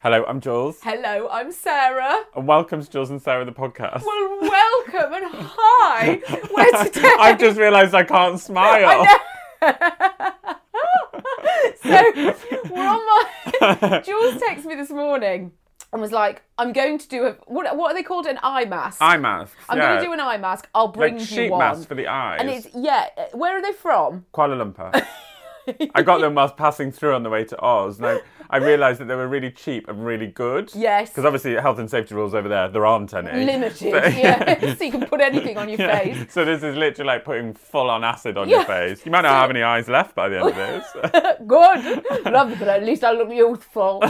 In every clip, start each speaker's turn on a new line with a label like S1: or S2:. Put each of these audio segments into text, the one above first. S1: Hello, I'm Jules,
S2: Hello, I'm Sarah.
S1: and welcome to Jules and Sarah the podcast.
S2: Well, welcome and hi. We're today.
S1: I've just realised I can't smile.
S2: so we're on my. Jules texted me this morning and was like, "I'm going to do a what? What are they called? An eye mask.
S1: Eye mask.
S2: I'm
S1: yeah.
S2: going to do an eye mask. I'll bring
S1: like
S2: you
S1: sheet
S2: one.
S1: mask for the eyes.
S2: and it's yeah. uh, Where are they from?
S1: Kuala Lumpur. I got them whilst passing through on the way to Oz, and I, I realised that they were really cheap and really good.
S2: Yes.
S1: Because obviously, health and safety rules over there, there aren't any.
S2: Limited.
S1: So-
S2: yeah. so you can put anything on your
S1: Yeah.
S2: face.
S1: So this is literally like putting full on acid on your
S2: Yeah.
S1: face. You might not have any eyes left by the end of this.
S2: Good. Love it, but at least I look youthful.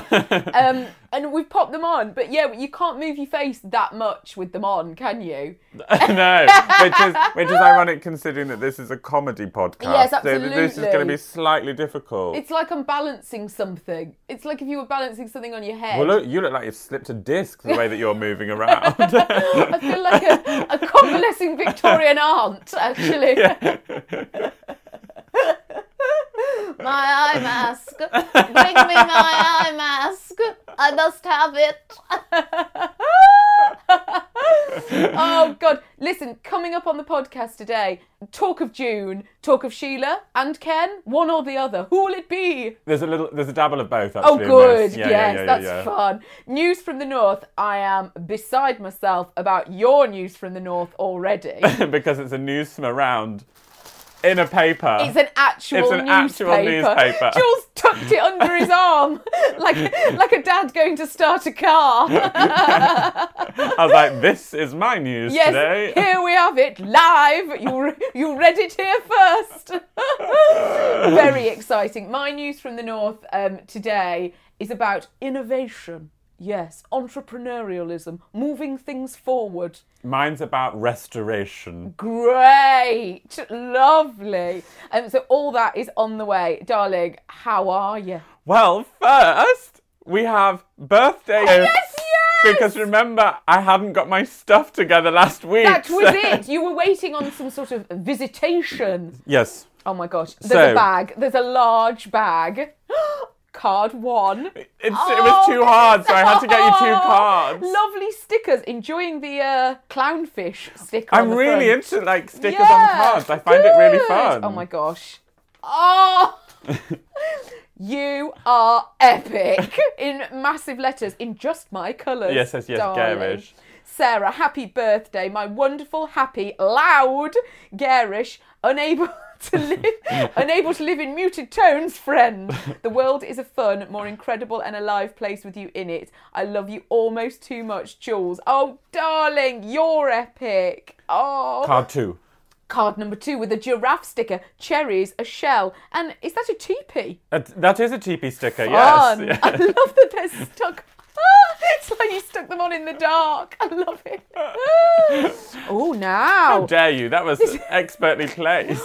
S2: Um, and we've popped them on, but yeah, but you can't move your face that much with them on, can you?
S1: no, which is which is ironic considering that this is a comedy podcast.
S2: Yes,
S1: So th- this is going to
S2: absolutely.
S1: be slightly difficult.
S2: It's like I'm balancing something. It's like if you were balancing something on your head.
S1: well, look, you look like you've slipped a disc the way that you're moving around.
S2: I feel like a, a convalescing Victorian aunt, actually. my eye mask. Bring me my eye mask. I must have it. oh, God. Listen, coming up on the podcast today, talk of June, talk of Sheila and Ken, one or the other. Who will it be?
S1: there's a little, there's a dabble of both.
S2: Oh,
S1: Actually, in
S2: good.
S1: this. Yeah,
S2: yes,
S1: yeah, yeah, yeah,
S2: that's
S1: yeah.
S2: fun. News from the north. I am beside myself about your news from the north already.
S1: because it's a news from around in a paper.
S2: It's an actual
S1: It's an
S2: newspaper.
S1: actual newspaper.
S2: Jules tucked it under his arm, like like a dad going to start a car.
S1: I was like, this is my news
S2: yes,
S1: today.
S2: here we have it live. You re- you read it here first. Very exciting. My news from the north um, today is about innovation. Yes, entrepreneurialism, moving things forward.
S1: Mine's about restoration.
S2: Great, lovely. Um, so all that is on the way, darling. How are you?
S1: Well, first we have birthday gifts.
S2: Oh, yes, yes!
S1: Because remember, I hadn't got my stuff together last week.
S2: That was
S1: so-
S2: it. You were waiting on some sort of visitation.
S1: Yes.
S2: Oh my gosh. There's
S1: So-
S2: a bag. There's a large bag. Card one.
S1: It's, it was too hard, so I had to get you two
S2: Oh,
S1: cards.
S2: Lovely stickers. Enjoying the uh, clownfish sticker. on
S1: I'm
S2: the
S1: really
S2: front.
S1: into like stickers on
S2: Yeah,
S1: cards. I find it really
S2: good.
S1: fun.
S2: Oh my gosh. Oh. you are epic in massive letters in just my colours.
S1: Yes, yes, yes,
S2: darling.
S1: garish.
S2: Sarah, happy birthday, my wonderful, happy, loud, garish, unable to live, unable to live in muted tones, friend. The world is a fun, more incredible, and alive place with you in it. I love you almost too much, Jules. Oh, darling, you're epic. Oh,
S1: Card two.
S2: Card number two with a giraffe sticker, cherries, a shell, and is that a teepee?
S1: That, Uh, that is a TP sticker,
S2: Fun.
S1: yes.
S2: I love that they're stuck. Ah, it's like you stuck them on in the dark. I love it. oh,
S1: How
S2: now.
S1: dare you? That was expertly placed.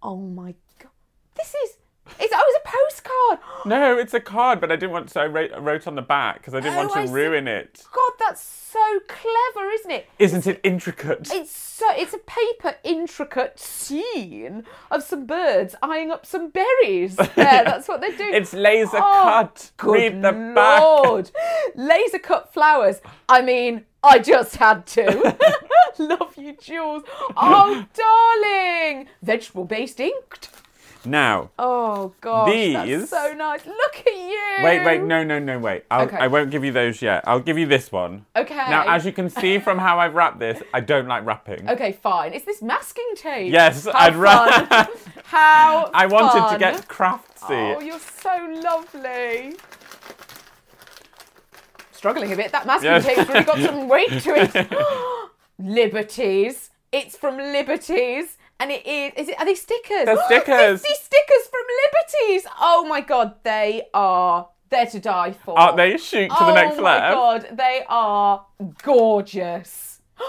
S2: Oh my god. This is. It's, oh, it's a postcard.
S1: No, it's a card, but I didn't want to. I wrote, I wrote on the back because I didn't want
S2: Oh,
S1: to
S2: I see.
S1: ruin it.
S2: God, that's so clever, isn't it?
S1: Isn't it intricate?
S2: It's so it's a paper intricate scene of some birds eyeing up some berries. There, that's what they're doing.
S1: It's laser cut.
S2: Oh, Good
S1: Read the back.
S2: Lord. Laser cut flowers. I mean, I just had to. Love you, Jules. Oh, darling. Vegetable based inked.
S1: Now,
S2: Oh gosh,
S1: These-
S2: that's so nice. Look at you.
S1: wait, wait, no, no, no, wait. I'll,
S2: Okay.
S1: I won't give you those yet. I'll give you this one.
S2: Okay.
S1: Now, as you can see from how I've wrapped this, I don't like wrapping.
S2: Okay, fine. It's this masking tape.
S1: Yes,
S2: How
S1: I'd
S2: fun.
S1: rather.
S2: How
S1: I wanted to
S2: fun.
S1: get craftsy.
S2: Oh, you're so lovely. Struggling a bit. That masking
S1: Yes.
S2: tape's really got some weight to it. Liberties. It's from Liberties. And it is. Is it? Are they stickers?
S1: They're stickers.
S2: Fifty stickers from Liberties. Oh my god, they are. They're to die for.
S1: Aren't Uh, they? Shoot to the next
S2: Oh my
S1: letter.
S2: god, they are gorgeous.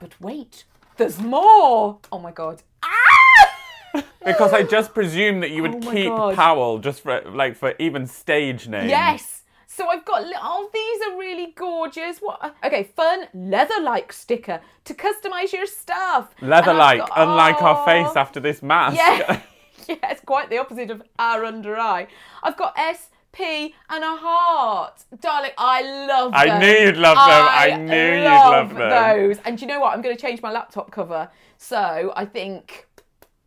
S2: But wait, there's more. Oh my god. Ah!
S1: Because I just presumed that you
S2: Oh
S1: would
S2: my
S1: keep
S2: God.
S1: Powell just for like for even stage names.
S2: Yes. So I've got li- oh these are really gorgeous. What? Okay, fun leather-like sticker to customize your stuff. And I've
S1: Leather like,
S2: got-
S1: unlike our face
S2: oh.
S1: after this mask.
S2: Yeah. yeah, it's quite the opposite of our under eye. I've got S, P, and a heart. Darling, I love
S1: I
S2: them.
S1: knew you'd love them. I knew you'd love them.
S2: those. And do you know what? I'm going to change my laptop cover. So I think.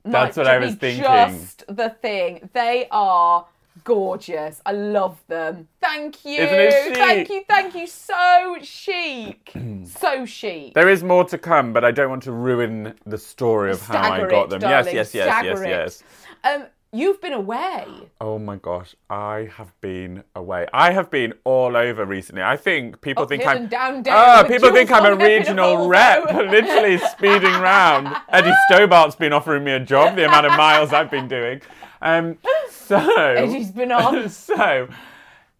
S1: That's
S2: might
S1: what I
S2: be
S1: was thinking.
S2: Just the thing. They are gorgeous. I love them. Thank you.
S1: Isn't it chic?
S2: Thank you. Thank you. So chic. so chic.
S1: There is more to come, but I don't want to ruin the story of how I
S2: Stagger
S1: got
S2: it,
S1: them.
S2: darling,
S1: yes, yes, yes,
S2: stagger
S1: yes, yes.
S2: it. Um, you've been away.
S1: Oh my gosh, I have been away. I have been all over recently. I think people
S2: Up
S1: think
S2: here
S1: I'm
S2: and down, down,
S1: Ah,
S2: with
S1: people think
S2: jewels
S1: I'm a
S2: hung up in a
S1: regional
S2: bowl.
S1: rep, literally speeding round. Eddie Stobart's been offering me a job. The amount of miles I've been doing. Um, so Oh.
S2: Eddie's been on.
S1: so.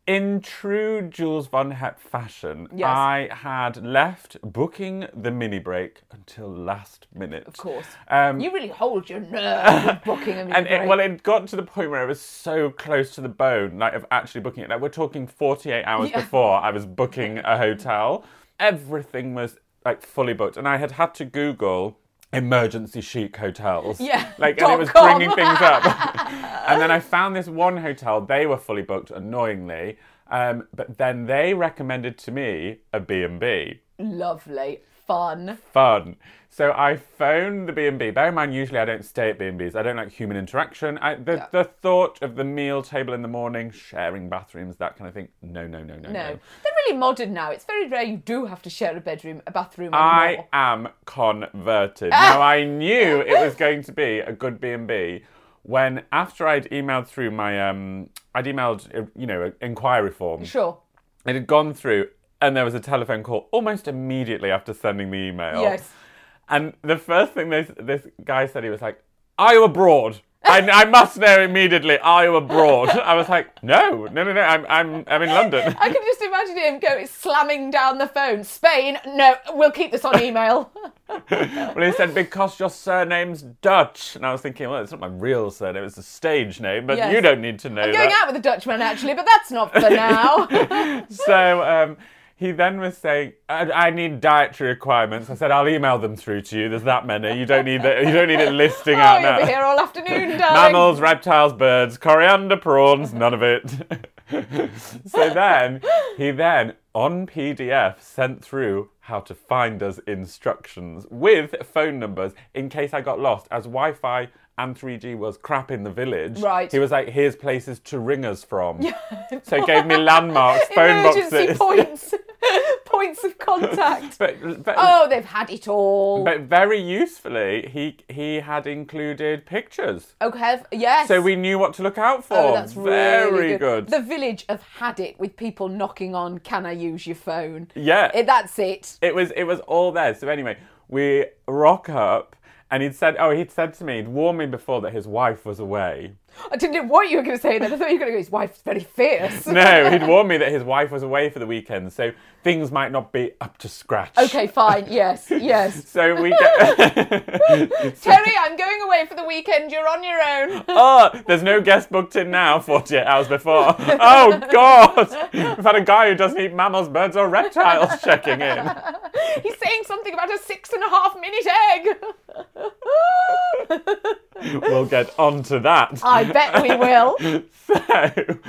S1: In true Jules von Hepp fashion,
S2: Yes.
S1: I had left booking the mini break until last minute. Of
S2: course.
S1: Um,
S2: You really hold your nerve with booking a
S1: and it,
S2: midwife.
S1: well, it got to the point where I was so close to the bone, like of actually booking it. Like we're talking 48 hours
S2: Yeah.
S1: before I was booking a hotel. Everything was like fully booked, and I had had to Google emergency chic hotels.
S2: Yeah,
S1: like and it
S2: dot
S1: was
S2: com.
S1: bringing things up. and then I found this one hotel. They were fully booked, annoyingly. Um, but then they recommended to me a B&B
S2: lovely, fun.
S1: fun. So I phoned the B&B. Bear in mind, usually I don't stay at B&Bs. I don't like human interaction. I, the, the thought of the meal table in the morning, sharing bathrooms, that kind of thing. No, no, no, no, no.
S2: No, they're really modern now. It's very rare you do have to share a bedroom, a bathroom.
S1: I
S2: anymore.
S1: am converted. now I knew it was going to be a good B&B when after I'd emailed through my um I'd emailed uh, you know inquiry form.
S2: sure.
S1: It had gone through and there was a telephone call almost immediately after sending the email.
S2: Yes.
S1: And the first thing this this guy said, he was like, "Are you abroad?" I, I must know immediately. Are you abroad? I was like, "No, no, no, no. I'm I'm I'm in London."
S2: I can just imagine him go slamming down the phone. Spain, no, we'll keep this on email.
S1: well, he said because your surname's Dutch, and I was thinking, well, it's not my real surname; it's a stage name. But
S2: Yes.
S1: you don't need to know
S2: I'm
S1: that.
S2: going out with a Dutchman actually, but that's not for now.
S1: so um, he then was saying, I, "I need dietary requirements." I said, "I'll email them through to you. There's that many. You don't need that. You don't need it listing
S2: oh,
S1: out
S2: you'll
S1: now."
S2: be here all afternoon, darling.
S1: Mammals, reptiles, birds, coriander, prawns, none of it. so then he then on PDF sent through how to find us instructions with phone numbers in case I got lost as Wi-Fi and 3G was crap in the village.
S2: Right.
S1: He was like, here's places to ring us from. so he gave me landmarks, phone boxes.
S2: Emergency points, points of contact.
S1: But, but,
S2: Oh, they've had it all.
S1: but very usefully, he he had included pictures.
S2: okay, yes.
S1: So we knew what to look out for.
S2: Oh, that's
S1: Very
S2: really
S1: good.
S2: The village have had it with people knocking on, "Can I use your phone?"
S1: Yeah.
S2: It- that's it.
S1: It was it was all there. So anyway, we rock up and he'd said oh he'd said to me, he'd warned me before that his wife was away.
S2: I didn't know what you were going to say then. I thought you were going to go. His wife's very fierce.
S1: No, he'd warned me that his wife was away for the weekend, so things might not be up to scratch.
S2: Okay, fine. Yes, yes.
S1: So we get
S2: Terry, I'm going away for the weekend. You're on your own.
S1: Oh, there's no guest booked in now, 48 hours before. Oh god! We've had a guy who doesn't eat mammals, birds or reptiles checking in.
S2: He's saying something about a six and a half minute egg.
S1: We'll get on to that.
S2: I bet we will.
S1: so,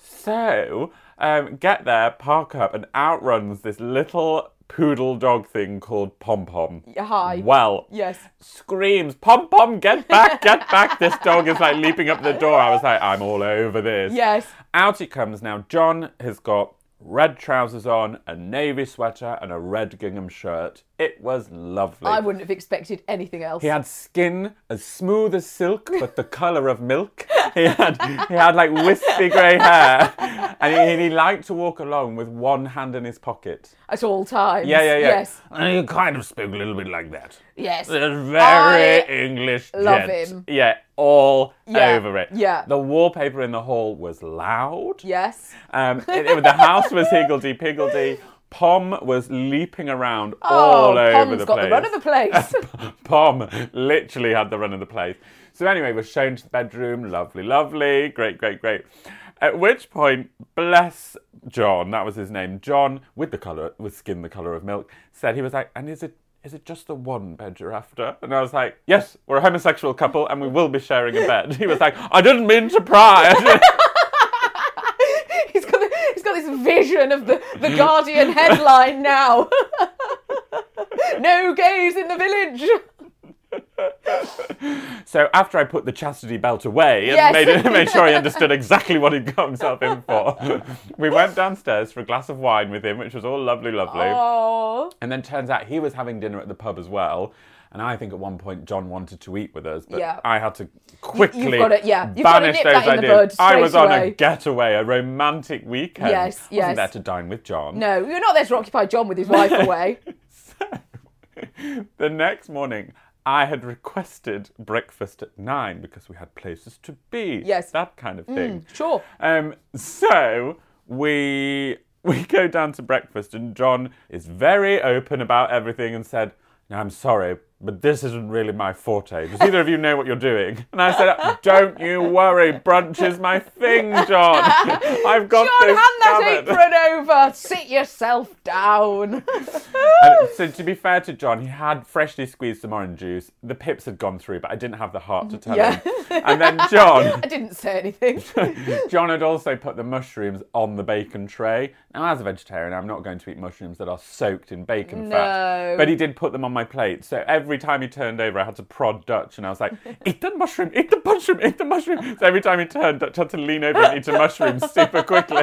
S1: so um, get there, park up, and out runs this little poodle dog thing called Pom Pom.
S2: Y- hi.
S1: Well,
S2: Yes.
S1: screams, Pom Pom, get back, get back. This dog is like leaping up the door. I was like, I'm all over this.
S2: Yes.
S1: Out it comes. Now, John has got red trousers on, a navy sweater, and a red gingham shirt. It was lovely.
S2: I wouldn't have expected anything else.
S1: He had skin as smooth as silk, but the colour of milk. He had he had like wispy grey hair, and he, he liked to walk along with one hand in his pocket.
S2: At all times.
S1: Yeah, yeah, yeah.
S2: Yes.
S1: And he kind of spoke a little bit like that.
S2: Yes.
S1: That's
S2: I
S1: very English.
S2: love
S1: gent.
S2: him.
S1: Yeah, all
S2: Yeah,
S1: over it.
S2: yeah.
S1: The wallpaper in the hall was loud.
S2: Yes.
S1: Um, it- it- the house was higgledy piggledy. Pom was leaping around all
S2: oh,
S1: over
S2: Pom's
S1: the
S2: got
S1: place.
S2: the run of the place.
S1: Pom literally had the run of the place. So anyway, was shown to the bedroom. Lovely, lovely, great, great, great. At which point, bless John, that was his name, John with the colour with skin the colour of milk, said he was like, and is it is it just the one bed you're after? And I was like, yes, we're a homosexual couple and we will be sharing a bed. He was like, I didn't mean to pry.
S2: he's got the, he's got this vision of the, the Guardian headline now. no gays in the village.
S1: So after I put the chastity belt away and
S2: Yes.
S1: made, it, made sure he understood exactly what he'd got himself in for, we went downstairs for a glass of wine with him, which was all lovely, lovely.
S2: Oh.
S1: And then turns out he was having dinner at the pub as well. And I think at one point John wanted to eat with us, but
S2: Yeah.
S1: I had to quickly
S2: gotta- yeah, you've gotta
S1: banish
S2: nip
S1: those
S2: that in the
S1: ideas.
S2: bud
S1: I
S2: straight
S1: was on a
S2: away.
S1: getaway, a romantic weekend.
S2: Yes, yes.
S1: Wasn't there to dine with John.
S2: No, you're not there to occupy John with his wife away.
S1: the next morning, I had requested breakfast at nine because we had places to be.
S2: Yes. Mm,
S1: That kind of thing.
S2: Sure.
S1: Um, so we we go down to breakfast, and John is very open about everything and said, "No, I'm sorry, but this isn't really my forte. Does either of you know what you're doing?" And I said, "Don't you worry, brunch is my thing, John. I've got
S2: John,
S1: this
S2: hand that
S1: covered."
S2: apron over. Sit yourself down.
S1: And so to be fair to John, he had freshly squeezed some orange juice. The pips had gone through, but I didn't have the heart to tell
S2: Yeah.
S1: him. And then John,
S2: I didn't say anything.
S1: John had also put the mushrooms on the bacon tray. Now, as a vegetarian, I'm not going to eat mushrooms that are soaked in bacon
S2: No.
S1: fat. But he did put them on my plate. So every time he turned over, I had to prod Dutch, and I was like, "Eat the mushroom! Eat the mushroom! Eat the mushroom!" So every time he turned, Dutch had to lean over and eat a mushroom super quickly.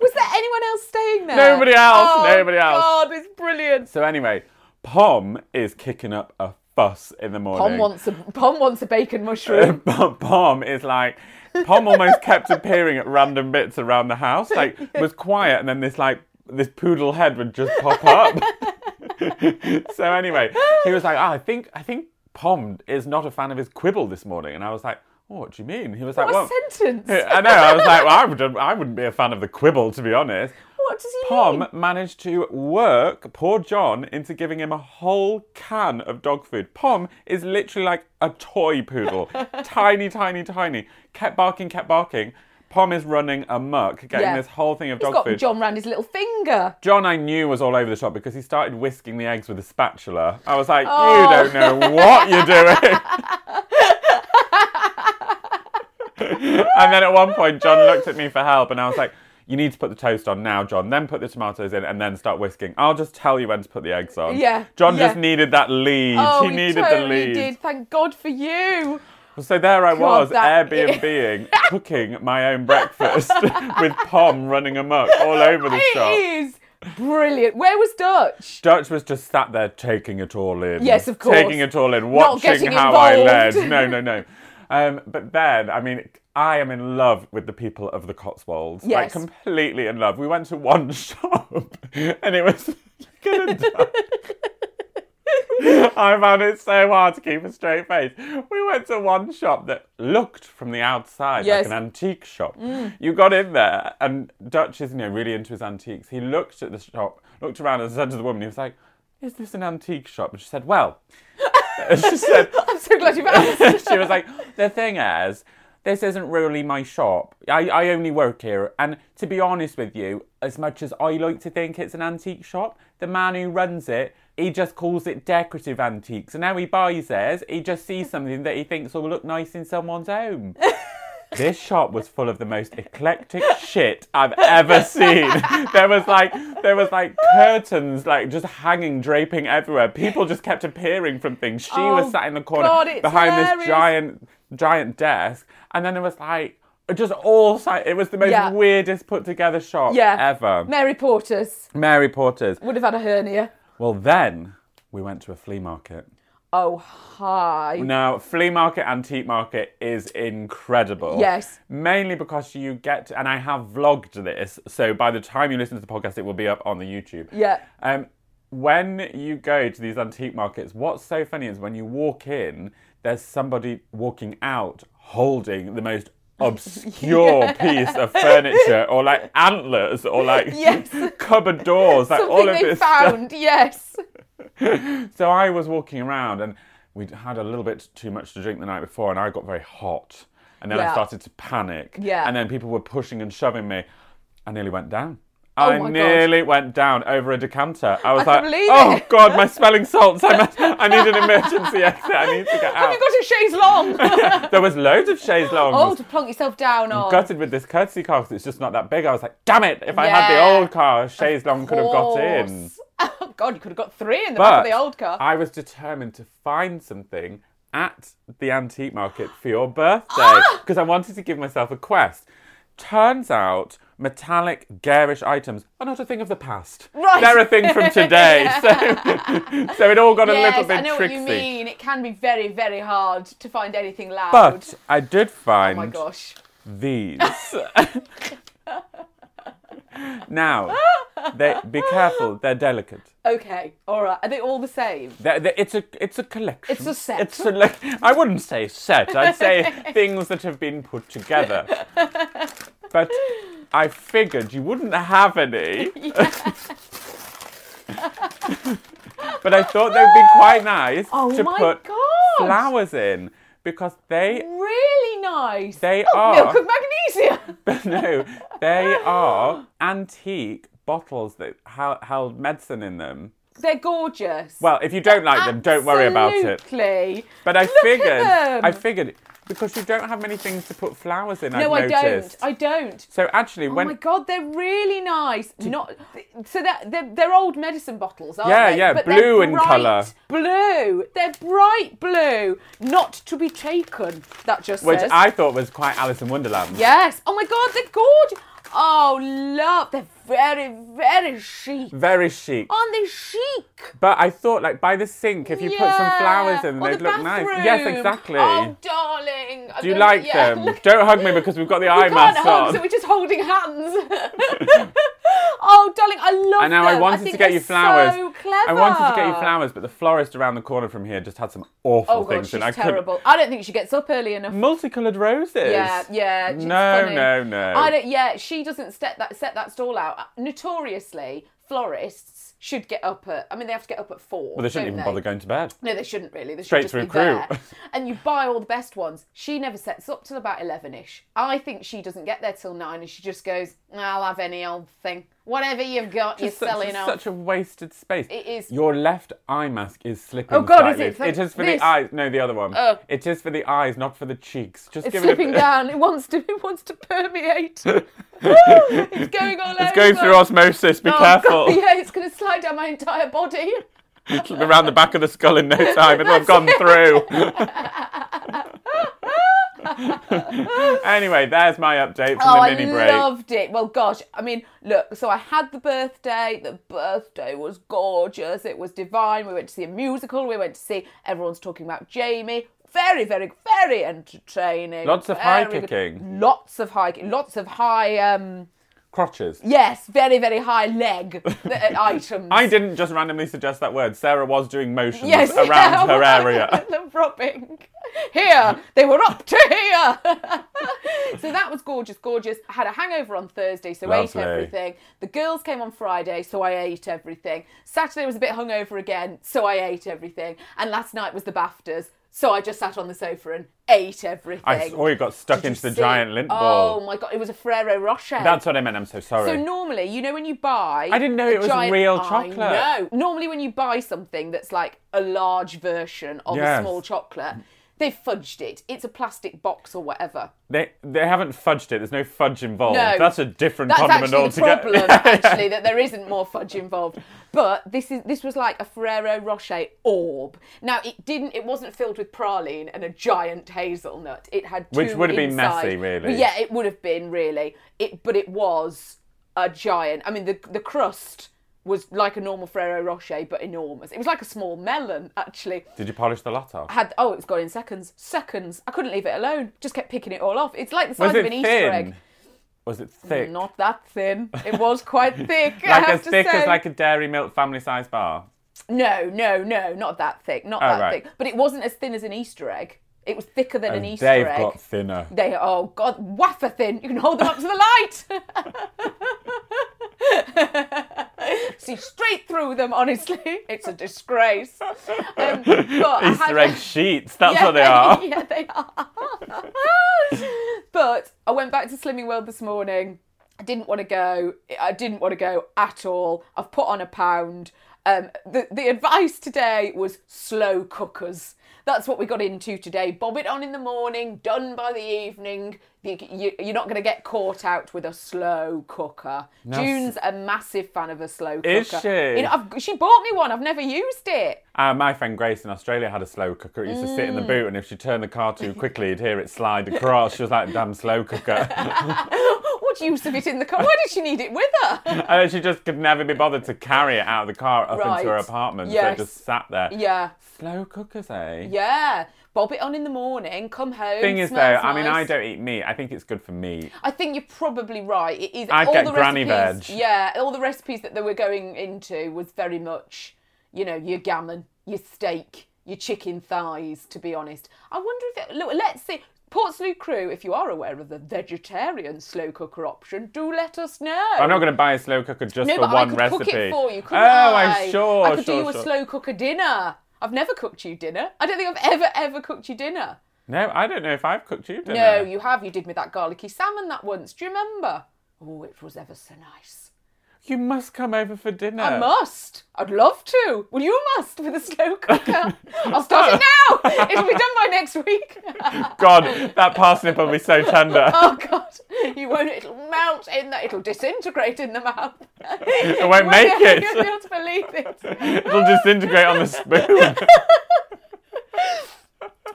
S2: Was there anyone else staying there?
S1: Nobody else,
S2: Oh,
S1: nobody else.
S2: God, it's brilliant.
S1: so anyway, Pom is kicking up a fuss in the morning. Um,
S2: Pom wants a Pom wants a bacon mushroom.
S1: But Pom is like, Pom almost kept appearing at random bits around the house. Like, was quiet, and then this like this poodle head would just pop up. so anyway, he was like, oh, I think I think Pom is not a fan of his quibble this morning, and I was like. Oh, what do you mean? He was like,
S2: What a
S1: well,
S2: sentence.
S1: I know. I was like, well, I, would, I wouldn't be a fan of the quibble, to be honest.
S2: What does he
S1: Pom
S2: mean?
S1: managed to work poor John into giving him a whole can of dog food. Pom is literally like a toy poodle, tiny, tiny, tiny. Kept barking, kept barking. Pom is running amok, getting
S2: Yeah.
S1: this whole thing of
S2: He's
S1: dog
S2: got
S1: food.
S2: John round his little finger.
S1: John, I knew was all over the shop because he started whisking the eggs with a spatula. I was like,
S2: Oh.
S1: you don't know what you're doing. and then at one point, John looked at me for help, and I was like, you need to put the toast on now, John. Then put the tomatoes in, and then start whisking. I'll just tell you when to put the eggs on.
S2: Yeah,
S1: John
S2: yeah.
S1: just needed that lead.
S2: Oh,
S1: he needed
S2: totally
S1: the lead.
S2: did. Thank God for you.
S1: So there I was,
S2: that-
S1: Airbnb cooking my own breakfast with Pom running amok all over the shop.
S2: It is brilliant. Where was Dutch?
S1: Dutch was just sat there taking it all in.
S2: Yes, of course.
S1: Taking it all in,
S2: Not
S1: watching
S2: getting
S1: how I led.
S2: involved.
S1: No, no, no. Um, but then, I mean, I am in love with the people of the Cotswolds.
S2: Yes.
S1: Like, completely in love. We went to one shop and it was. You're gonna die. I found it so hard to keep a straight face. We went to one shop that looked from the outside
S2: Yes.
S1: like an antique shop. You got in there, and Dutch is, you know, really into his antiques. He looked at the shop, looked around, and said to the woman, he was like, "Is this an antique shop?" And she said, "Well," and she said,
S2: I'm so glad you've asked.
S1: she was like, "The thing is." This isn't really my shop. I, I only work here. And to be honest with you, as much as I like to think it's an antique shop, the man who runs it, he just calls it decorative antiques. And how he buys theirs, he just sees something that he thinks will look nice in someone's home. This shop was full of the most eclectic shit I've ever seen. There was like there was like curtains like just hanging, draping everywhere. People just kept appearing from things. She
S2: Oh,
S1: was sat in the corner
S2: God, it's
S1: behind
S2: hilarious.
S1: this giant giant desk, and then it was like just all si- it was the most
S2: Yeah.
S1: weirdest put together shop
S2: Yeah.
S1: ever.
S2: Mary Porter's
S1: Mary Porter's.
S2: would have had a hernia.
S1: Well, then we went to a flea market.
S2: Oh, hi.
S1: Now, flea market, antique market is incredible.
S2: Yes.
S1: Mainly because you get, and I have vlogged this, so by the time you listen to the podcast, it will be up on the YouTube.
S2: Yeah.
S1: Um, when you go to these antique markets, what's so funny is when you walk in, there's somebody walking out holding the most obscure piece of furniture or like antlers or like
S2: Yes.
S1: cupboard doors, like
S2: Something
S1: all of
S2: they
S1: this stuff.
S2: found, yes.
S1: So I was walking around and we'd had a little bit too much to drink the night before and I got very hot. And then
S2: Yeah.
S1: I started to panic.
S2: Yeah.
S1: And then people were pushing and shoving me. I nearly went down.
S2: Oh my
S1: I
S2: God.
S1: nearly went down over a decanter. I was
S2: can
S1: like,
S2: believe
S1: oh
S2: it."
S1: God, my smelling salts. I, must, I need an emergency exit. I need to get
S2: Have
S1: out.
S2: you got a chaise long?
S1: there was loads of chaise longs.
S2: oh, to plonk yourself down on.
S1: Gutted with this courtesy car because it's just not that big. I was like, damn it, if I had
S2: Yeah.
S1: the old car, a chaise long could have got in.
S2: Oh, God, you could have got three in the back
S1: But
S2: of the old car.
S1: I was determined to find something at the antique market for your birthday
S2: Ah!
S1: because I wanted to give myself a quest. Turns out metallic garish items are not a thing of the past.
S2: Right.
S1: They're a thing from today. so, so it all got a little
S2: yes,
S1: bit
S2: I know
S1: tricksy.
S2: what you mean. It can be very, very hard to find anything loud.
S1: But I did
S2: oh my
S1: find
S2: gosh.
S1: these. now, they, be careful, they're delicate.
S2: Okay, all right. Are they all the same?
S1: They're, they're- it's a it's a collection.
S2: It's a set.
S1: It's a, like, I wouldn't say set. I'd say things that have been put together. But I figured you wouldn't have any. but I thought they'd be quite nice
S2: Oh
S1: to
S2: my
S1: put
S2: God.
S1: flowers in because they
S2: Really nice.
S1: They
S2: oh,
S1: are-
S2: milk of magnesia.
S1: no, they are antique bottles that ha- held medicine in them.
S2: They're gorgeous.
S1: Well, if you don't like them, don't worry about it.
S2: Absolutely.
S1: But I
S2: Look at
S1: figured,
S2: them.
S1: I figured, because you don't have many things to put flowers in.
S2: No, I
S1: I've
S2: don't.
S1: noticed.
S2: I don't.
S1: So actually,
S2: Oh
S1: when
S2: my god, they're really nice. Not so that they're, they're old medicine bottles, aren't
S1: Yeah,
S2: they?
S1: yeah,
S2: they're
S1: blue in
S2: bright
S1: colour.
S2: Blue. They're bright blue, not to be taken. That just
S1: which
S2: says.
S1: I thought was quite Alice in Wonderland.
S2: Yes. Oh my god, they're gorgeous. Oh love, they're very, very chic.
S1: Very chic.
S2: Aren't they chic?
S1: But I thought, like by the sink, if you put some flowers in,
S2: or
S1: they'd
S2: the
S1: look nice. Yes,
S2: bathroom.
S1: exactly.
S2: Oh, darling. I'm
S1: Do you
S2: gonna-
S1: like
S2: yeah,
S1: them?
S2: look-
S1: Don't hug me because we've got the
S2: we
S1: eye
S2: can't
S1: mask
S2: hug,
S1: on.
S2: so we're just holding hands. oh, darling, I love
S1: and now
S2: them.
S1: I wanted
S2: think
S1: to get
S2: they're
S1: you flowers.
S2: So clever.
S1: I wanted to get you flowers, but the florist around the corner from here just had some awful
S2: Oh god,
S1: things,
S2: she's
S1: and I
S2: terrible.
S1: couldn't.
S2: I don't think she gets up early enough.
S1: Multicolored roses.
S2: Yeah, yeah. she's
S1: No,
S2: funny.
S1: no, no.
S2: I don't. Yeah, she doesn't set that set that stall out. Notoriously, florists should get up at. I mean, they have to get up at four.
S1: Well, they shouldn't
S2: don't
S1: even bother going to bed.
S2: No, they shouldn't really. They should
S1: Straight
S2: just
S1: through
S2: be
S1: crew.
S2: there. And you buy all the best ones. She never sets up till about eleven ish. I think she doesn't get there till nine, and she just goes, "I'll have any old thing, whatever you've got,
S1: It's
S2: you're
S1: such,
S2: selling
S1: it's
S2: off."
S1: such a wasted space.
S2: It is.
S1: Your left eye mask is slipping.
S2: Oh, God, is
S1: slightly.
S2: it? Thank-
S1: it is for
S2: this?
S1: the eyes. No, the other one.
S2: Oh.
S1: It is for the eyes, not for the cheeks. Just
S2: It's
S1: give
S2: slipping
S1: it a bit.
S2: down. It wants to. It wants to permeate. it's going all over.
S1: It's going through osmosis. Be
S2: Oh,
S1: careful.
S2: God, yeah, it's going to slide down my entire body.
S1: It'll be around the back of the skull in no time. It'll have gone through. anyway, there's my update from
S2: Oh,
S1: the
S2: I
S1: mini break.
S2: loved it. Well, gosh, I mean, look, so I had the birthday. The birthday was gorgeous. It was divine. We went to see a musical. We went to see Everyone's Talking About Jamie. Very, very, very entertaining.
S1: Lots of high
S2: Very good.
S1: kicking.
S2: Lots of high Lots of high, um,
S1: Crotches.
S2: yes, very, very high leg uh, items.
S1: I didn't just randomly suggest that word. Sarah was doing motions
S2: yes,
S1: around
S2: yeah,
S1: her
S2: well,
S1: area.
S2: the rubbing. Here, they were up to here. so that was gorgeous, gorgeous. I had a hangover on Thursday, so
S1: Lovely.
S2: ate everything. The girls came on Friday, so I ate everything. Saturday was a bit hungover again, so I ate everything. And last night was the BAFTAs, so I just sat on the sofa and ate everything.
S1: I saw you got stuck
S2: Did you
S1: into the
S2: see-
S1: giant lint
S2: Oh
S1: ball.
S2: my god, it was a Ferrero Rocher.
S1: That's what I meant. I'm so sorry.
S2: So normally, you know, when you buy,
S1: I didn't know
S2: a
S1: it was
S2: giant-
S1: real
S2: I
S1: chocolate.
S2: know. Normally, when you buy something that's like a large version of a
S1: Yes.
S2: small chocolate, They fudged it. It's a plastic box or whatever.
S1: They they haven't fudged it. There's no fudge involved.
S2: No.
S1: That's a different
S2: That's
S1: condiment
S2: actually the
S1: altogether.
S2: problem, actually, that there isn't more fudge involved. But this is this was like a Ferrero Rocher orb. Now it didn't. It wasn't filled with praline and a giant hazelnut. It had two
S1: Which would have been
S2: inside.
S1: messy, really.
S2: Yeah, it would have been really. It, but it was a giant. I mean, the the crust was like a normal Ferrero Rocher, but enormous. It was like a small melon, actually.
S1: Did you polish the lot off?
S2: I had oh, it's gone in seconds. Seconds. I couldn't leave it alone. Just kept picking it all off. It's like the size
S1: Was
S2: of
S1: it
S2: an
S1: thin?
S2: Easter egg.
S1: Was it thick?
S2: Not that thin. It was quite thick. I
S1: like
S2: have
S1: as
S2: to
S1: thick
S2: say.
S1: as like a dairy milk family size bar.
S2: No, no, no, not that thick. Not
S1: Oh,
S2: that
S1: right.
S2: thick. But it wasn't as thin as an Easter egg. It was thicker than an
S1: And
S2: Easter
S1: they've
S2: egg.
S1: got thinner.
S2: They oh god, wafer thin. You can hold them up to the light. See straight through them. Honestly, it's a disgrace. Um, but I had-
S1: Easter egg sheets. That's what they
S2: yeah,
S1: are.
S2: yeah, they are. but I went back to Slimming World this morning. I didn't want to go. I didn't want to go at all. I've put on a pound. Um, the, the advice today was slow cookers. That's what we got into today. Bob it on in the morning, done by the evening. You, you, you're not going to get caught out with a slow cooker.
S1: Now,
S2: June's a massive fan of a slow cooker.
S1: Is she?
S2: You know, I've, she bought me one. I've never used it.
S1: Uh, my friend Grace in Australia had a slow cooker. It used to sit in the
S2: Mm.
S1: boot, and if she turned the car too quickly, you'd hear it slide across. She was like, "Damn slow cooker!"
S2: what use of it in the car? Why did she need it with her?
S1: and then she just could never be bothered to carry it out of the car up
S2: Right.
S1: into her apartment. So
S2: Yes.
S1: it just sat there.
S2: Yeah,
S1: Slow cookers, eh?
S2: yeah. Bob it on in the morning, come home.
S1: Thing is, though,
S2: smells
S1: I mean, I
S2: nice.
S1: don't eat meat. I think it's good for meat.
S2: I think you're probably right. It is.
S1: I'd
S2: all
S1: get
S2: the
S1: granny
S2: recipes,
S1: veg.
S2: Yeah, all the recipes that they were going into was very much, you know, your gammon, your steak, your chicken thighs. To be honest, I wonder if it, look. Let's see. Portsmouth Crew, if you are aware of the vegetarian slow cooker option, do let us know.
S1: I'm not going to buy a slow cooker just
S2: No,
S1: for
S2: but
S1: one
S2: I could
S1: recipe.
S2: cook it for you, couldn't
S1: oh,
S2: I?
S1: am sure.
S2: I could
S1: sure,
S2: do you
S1: sure.
S2: a slow cooker dinner. I've never cooked you dinner. I don't think I've ever, ever cooked you dinner.
S1: No, I don't know if I've cooked you dinner.
S2: No, you have. You did me that garlicky salmon that once. Do you remember? Oh, it was ever so nice.
S1: You must come over for dinner.
S2: I must. I'd love to. Well, you must with a slow cooker. I'll start it now. It'll be done by next week.
S1: God, that parsnip will be so tender.
S2: oh God, you won't. It'll melt in the. It'll disintegrate in the mouth. It
S1: won't make it.
S2: You'll be able to believe it.
S1: It'll disintegrate on the spoon.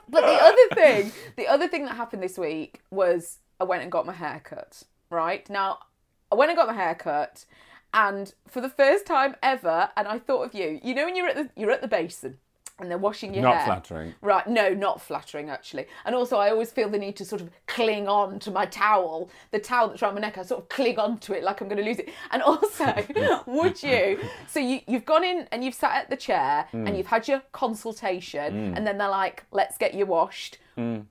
S2: But the other thing, the other thing that happened this week was I went and got my hair cut. Right now, I went and got my hair cut, and for the first time ever, and I thought of you. You know when you're at the you're at the basin and they're washing your
S1: Not
S2: hair.
S1: flattering.
S2: Right? No, not flattering actually. And also, I always feel the need to sort of cling on to my towel, the towel that's around my neck. I sort of cling on to it like I'm going to lose it. And also, would you? So you you've gone in and you've sat at the chair and you've had your consultation, and then they're like, "Let's get you washed."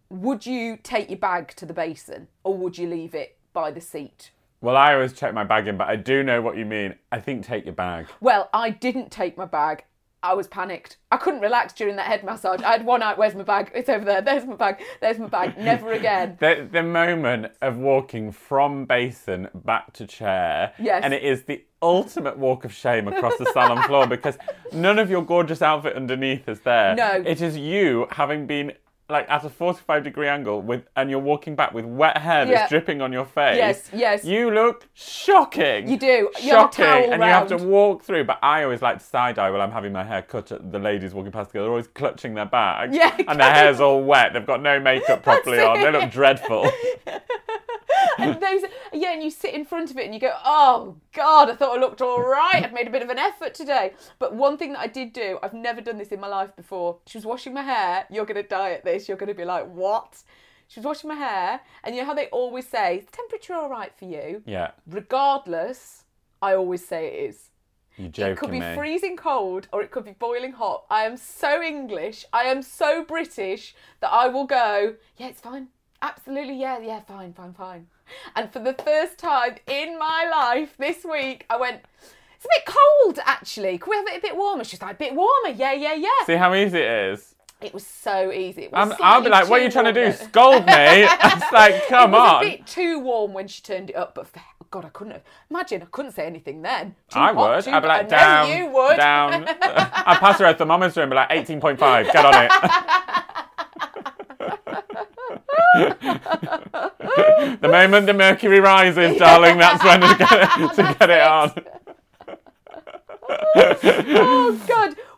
S2: Would you take your bag to the basin, or would you leave it by the seat?
S1: Well, I always check my bag in, but I do know what you mean. I think take your bag.
S2: Well, I didn't take my bag. I was panicked. I couldn't relax during that head massage. I had one eye, where's my bag? It's over there. There's my bag. There's my bag. Never again.
S1: The, the moment of walking from basin back to chair,
S2: Yes.
S1: and it is the ultimate walk of shame across the salon floor because none of your gorgeous outfit underneath is there.
S2: No.
S1: it is you having been like at a forty-five degree angle with, and you're walking back with wet hair that's
S2: Yeah.
S1: dripping on your face.
S2: Yes, yes.
S1: You look shocking.
S2: You do. You have a
S1: shocking,
S2: towel
S1: and you have to
S2: round.
S1: walk through. But I always like to side eye while I'm having my hair cut. At the ladies walking past together, they're always clutching their bags,
S2: Yeah,
S1: and their hair's all wet. They've got no makeup properly
S2: That's
S1: on. They
S2: it.
S1: look dreadful.
S2: And those, yeah, and you sit in front of it and you go, oh God, I thought I looked all right. I've made a bit of an effort today. But one thing that I did do, I've never done this in my life before. She was washing my hair. You're going to die at this. You're going to be like, what? She was washing my hair. And you know how they always say, "Is the temperature all right for you?
S1: Yeah,
S2: Regardless, I always say it is.
S1: you joking
S2: It could be
S1: me.
S2: freezing cold or it could be boiling hot. I am so English. I am so British that I will go, yeah, it's fine. Absolutely, yeah, yeah, fine, fine, fine. And for the first time in my life this week, I went, it's a bit cold actually. Can we have it a bit warmer? She's like, a bit warmer, yeah, yeah, yeah.
S1: See how easy it is.
S2: it was so easy. It was
S1: I'm, I'll be
S2: slightly
S1: like, what are you
S2: too
S1: trying to do?
S2: warm."
S1: Scold me? it's like, come
S2: it was
S1: on.
S2: a bit too warm when she turned it up, but f- God, I couldn't have. Imagine, I couldn't say anything then. Too
S1: I
S2: hot,
S1: would.
S2: too-
S1: I'd be
S2: I
S1: like,
S2: know
S1: down,
S2: You would.
S1: down. I'd pass her a thermometer and be like, 18.5, get on it. The moment the mercury rises, darling, that's when to get, to get it on.
S2: Oh God!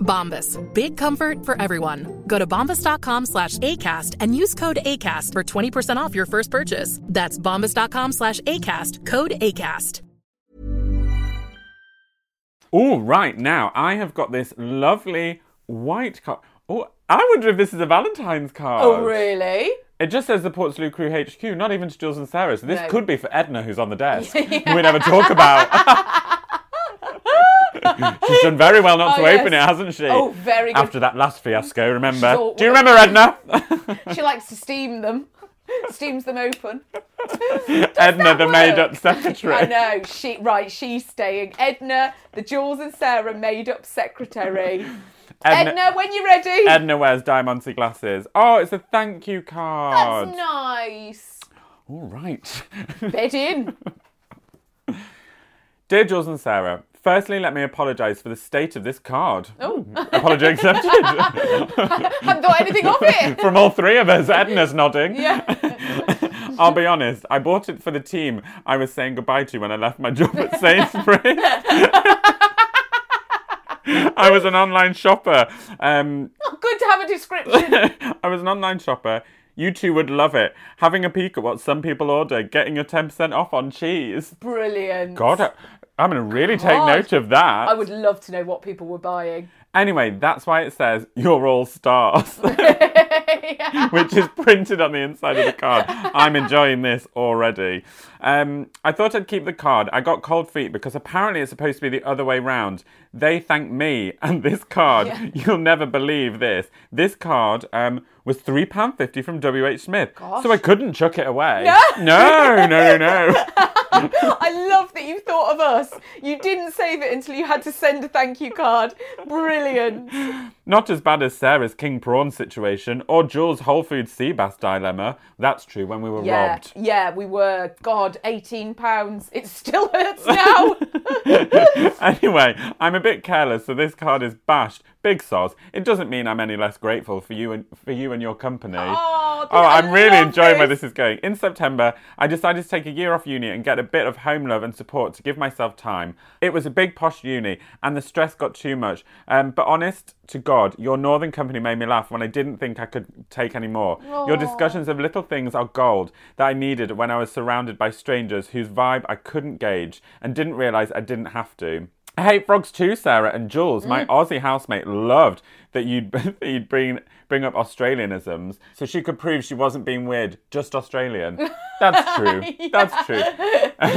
S3: Bombas. Big comfort for everyone. Go to bombas.com slash ACAST and use code ACAST for 20% off your first purchase. That's bombas.com slash ACAST. Code ACAST.
S1: All Oh, right, now I have got this lovely white card. Oh, I wonder if this is a Valentine's card.
S2: Oh really?
S1: It just says the Portslade Crew HQ, not even to Jules and Sarah. So this
S2: No.
S1: could be for Edna, who's on the desk. We never talk about. Oh. She's done very well not to
S2: Oh, yes.
S1: open it, hasn't she?
S2: Oh, very good.
S1: After that last fiasco, remember?
S2: Sure.
S1: Do you remember Edna?
S2: She likes to steam them. Steams them open.
S1: Edna, the
S2: work?
S1: made-up secretary.
S2: I know. She right. She's staying. Edna, the Jules and Sarah made-up secretary. Edna, when you're ready.
S1: Edna wears diamante glasses. Oh, it's a thank you card.
S2: That's nice.
S1: All right.
S2: Bed in.
S1: Dear Jules and Sarah, firstly, let me apologise for the state of this card. Oh. Apology accepted.
S2: Haven't thought anything of it.
S1: From all three of us, Edna's nodding.
S2: Yeah.
S1: I'll be honest, I bought it for the team I was saying goodbye to when I left my job at Sainsbury's. I was an online shopper. Um,
S2: Good to have a description.
S1: I was an online shopper. You two would love it. Having a peek at what some people order, getting your 10% off on cheese.
S2: Brilliant.
S1: God, I- I'm going to really take
S2: God.
S1: note of that.
S2: I would love to know what people were buying.
S1: Anyway, that's why it says "You're all stars," which is printed on the inside of the card. I'm enjoying this already. Um, I thought I'd keep the card. I got cold feet because apparently it's supposed to be the other way round. They thank me and this card. You'll never believe this. This card um, was three pound fifty from W. H. Smith, so I couldn't chuck it away. no, no, no. no.
S2: I love that you thought of us. You didn't save it until you had to send a thank you card. Brilliant.
S1: Not as bad as Sarah's king prawn situation or Jules' Whole Foods sea bass dilemma. That's true when we were
S2: Yeah,
S1: robbed.
S2: yeah, we were. God, eighteen pounds. It still hurts now. Oh,
S1: Anyway, I'm a bit careless, so this card is bashed. Big soz. It doesn't mean I'm any less grateful for you and for you and your company.
S2: Oh,
S1: Oh,
S2: I
S1: I'm really
S2: love
S1: enjoying where
S2: this.
S1: this is going. In September, I decided to take a year off uni and get a bit of home love and support to give myself time. It was a big posh uni, and the stress got too much. Um, but honest to God, your Northern Company made me laugh when I didn't think I could take any more. Your discussions of little things are gold that I needed when I was surrounded by strangers whose vibe I couldn't gauge and didn't realise I didn't have to. I hate frogs too, Sarah and Jules. My Aussie housemate loved that you'd that you'd bring bring up Australianisms, so she could prove she wasn't being weird, just Australian. That's true. That's true.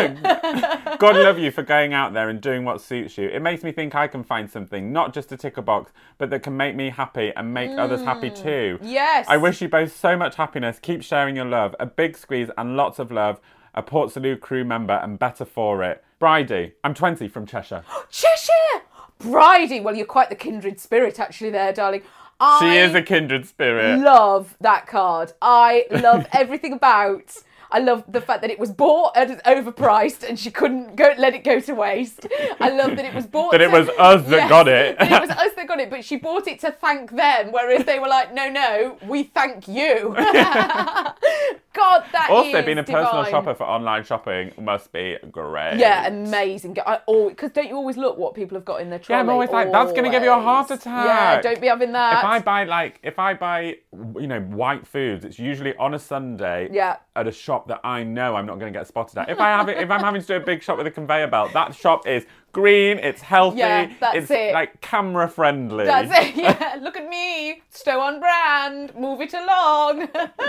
S1: God love you for going out there and doing what suits you. It makes me think I can find something, not just to tick a box, but that can make me happy and make others happy too.
S2: yes.
S1: I wish you both so much happiness. Keep sharing your love. A big squeeze and lots of love. A Port Salut crew member and better for it. Bridie, I'm 20 from Cheshire.
S2: Cheshire, Bridie. Well, you're quite the kindred spirit, actually, there, darling. I
S1: She is a kindred spirit.
S2: love that card. I love everything about. I love the fact that it was bought at overpriced and she couldn't go let it go to waste. I love that it was bought.
S1: That it
S2: to-
S1: was us that got it.
S2: that it was us that got it, but she bought it to thank them, whereas they were like, no, no, we thank you. God, that
S1: Also,
S2: is
S1: being a personal
S2: divine.
S1: shopper for online shopping must be great.
S2: Yeah, amazing. I always because don't you always look what people have got in their trolley?
S1: Yeah, I'm always like, that's going to give you a heart
S2: Always.
S1: attack.
S2: Yeah, don't be having that.
S1: If I buy like, if I buy, you know, white foods, it's usually on a Sunday.
S2: Yeah.
S1: At a shop that I know I'm not going to get spotted at. If I have, it, if I'm having to do a big shop with a conveyor belt, that shop is green. It's healthy.
S2: Yeah, that's
S1: it's
S2: it.
S1: Like camera friendly.
S2: That's it. Yeah, look at me, stow on brand, move it along.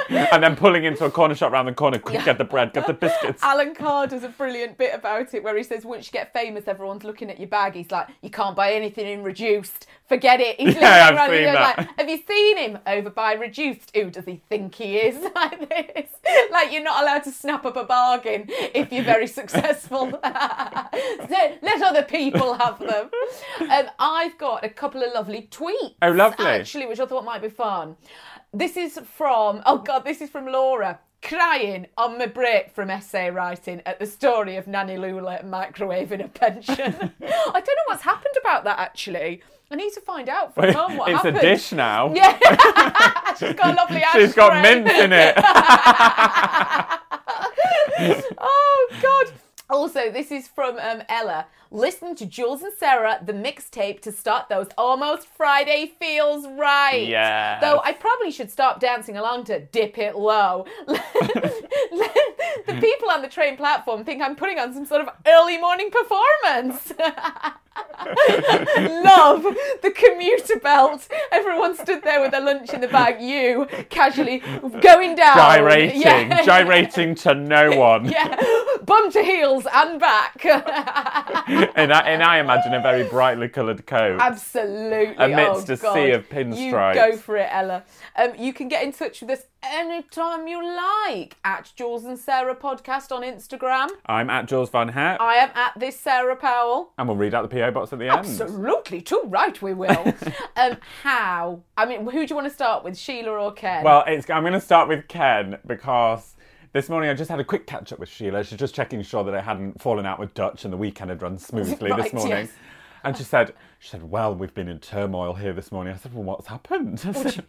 S1: and then pulling into a corner shop round the corner, quick, get the bread, get the biscuits.
S2: Alan Carr does a brilliant bit about it where he says once you get famous, everyone's looking at your bag. He's like, you can't buy anything in reduced. Forget it. He's
S1: Yeah,
S2: looking
S1: I've
S2: around and
S1: seen
S2: goes
S1: that.
S2: like, have you seen him over by reduced? Who does he think he is? Like this. Like you're not allowed to snap up a bargain if you're very successful. So Let other people have them. Um, I've got a couple of lovely tweets.
S1: Oh, lovely.
S2: Actually, which I thought might be fun. This is from, oh God, this is from Laura. Crying on my break from essay writing at the story of Nanny Lula microwaving a pension. I don't know what's happened about that actually. I need to find out from Mum what
S1: it's
S2: happened.
S1: a dish now.
S2: Yeah. She's got a lovely ashtray.
S1: She's got mince in it.
S2: oh God. Also, this is from um, Ella. Listen to Jules and Sarah, the mixtape, to start those almost Friday feels right.
S1: Yes.
S2: Though I probably should stop dancing along to Dip It Low. the people on the train platform think I'm putting on some sort of early morning performance. Love the commuter belt. Everyone stood there with their lunch in the bag. You casually going down.
S1: gyrating,
S2: Yeah.
S1: gyrating to no one.
S2: Yeah, bum to heels and back.
S1: And I, and I imagine a very brightly coloured coat.
S2: Absolutely.
S1: Amidst
S2: oh,
S1: a sea
S2: God.
S1: of
S2: You
S1: pinstripes.
S2: go for it, Ella. Um, you can get in touch with us anytime you like at Jules and Sarah Podcast on Instagram.
S1: I'm at Jules Van Het,
S2: I am at this Sarah Powell.
S1: and we'll read out the PO box at the end.
S2: Absolutely, too right we will. um, how? I mean, who do you want to start with, Sheila or Ken?
S1: Well, it's, I'm going to start with Ken because this morning I just had a quick catch up with Sheila. She's just checking sure that I hadn't fallen out with Dutch and the weekend had run smoothly
S2: Right,
S1: this morning.
S2: yes.
S1: And she said, she said, well, we've been in turmoil here this morning. I said, well, what's happened? I said-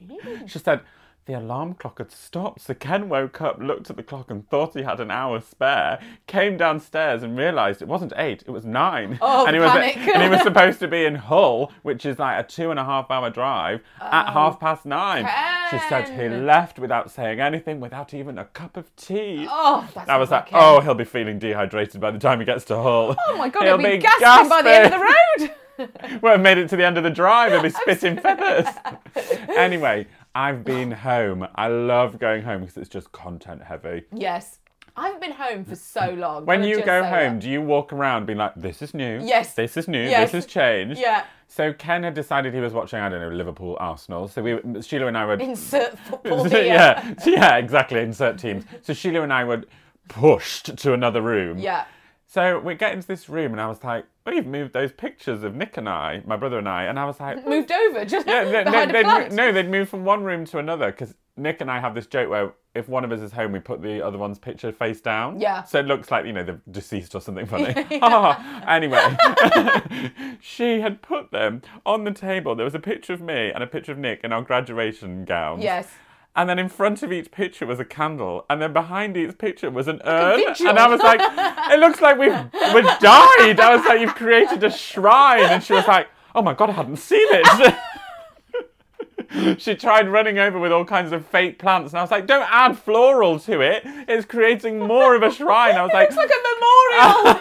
S1: she said, the alarm clock had stopped. So Ken woke up, looked at the clock and thought he had an hour spare, came downstairs and realised it wasn't eight, it was nine.
S2: Oh,
S1: and, he Was,
S2: panic.
S1: and he was supposed to be in Hull, which is like a two and a half hour drive,
S2: Oh.
S1: at half past nine. She said he
S2: Ken.
S1: left without saying anything, without even a cup of tea.
S2: oh, that's
S1: I was
S2: not
S1: like,
S2: Ken.
S1: oh, he'll be feeling dehydrated by the time he gets to Hull.
S2: Oh my God, he'll, be, gasping by the end of the road.
S1: road. Won't have made it to the end of the drive. He'll be spitting feathers. anyway, I've been home. I love going home because it's just content heavy.
S2: yes. I haven't been home for so long.
S1: When
S2: Can I
S1: you
S2: just
S1: go
S2: say
S1: home,
S2: that?
S1: do you walk around being like, this is new?
S2: Yes.
S1: This is new.
S2: Yes.
S1: This has changed.
S2: Yeah.
S1: So Ken had decided he was watching, I don't know, Liverpool, Arsenal. So we, Sheila and I were
S2: insert football
S1: So,
S2: here.
S1: yeah, so, yeah, exactly. Insert teams. So Sheila and I were pushed to another room.
S2: Yeah.
S1: So we get into this room, and I was like, "Oh, you've moved those pictures of Nick and I, my brother and I," and I was like,
S2: Moved over just
S1: yeah, they,
S2: behind
S1: they,
S2: a
S1: would
S2: plant.
S1: no, they'd move from one room to another because Nick and I have this joke where if one of us is home, we put the other one's picture face down.
S2: Yeah.
S1: So it looks like, you know, the deceased or something funny. anyway, she had put them on the table. There was a picture of me and a picture of Nick in our graduation gowns.
S2: Yes.
S1: And then in front of each picture was a candle, and then behind each picture was an urn.
S2: vigil.
S1: And I was like, "It looks like we've we've died." I was like, "You've created a shrine," and she was like, "Oh my god, I hadn't seen it." she tried running over with all kinds of fake plants, and I was like, "Don't add floral to it. It's creating more of a shrine." I was like,
S2: It's like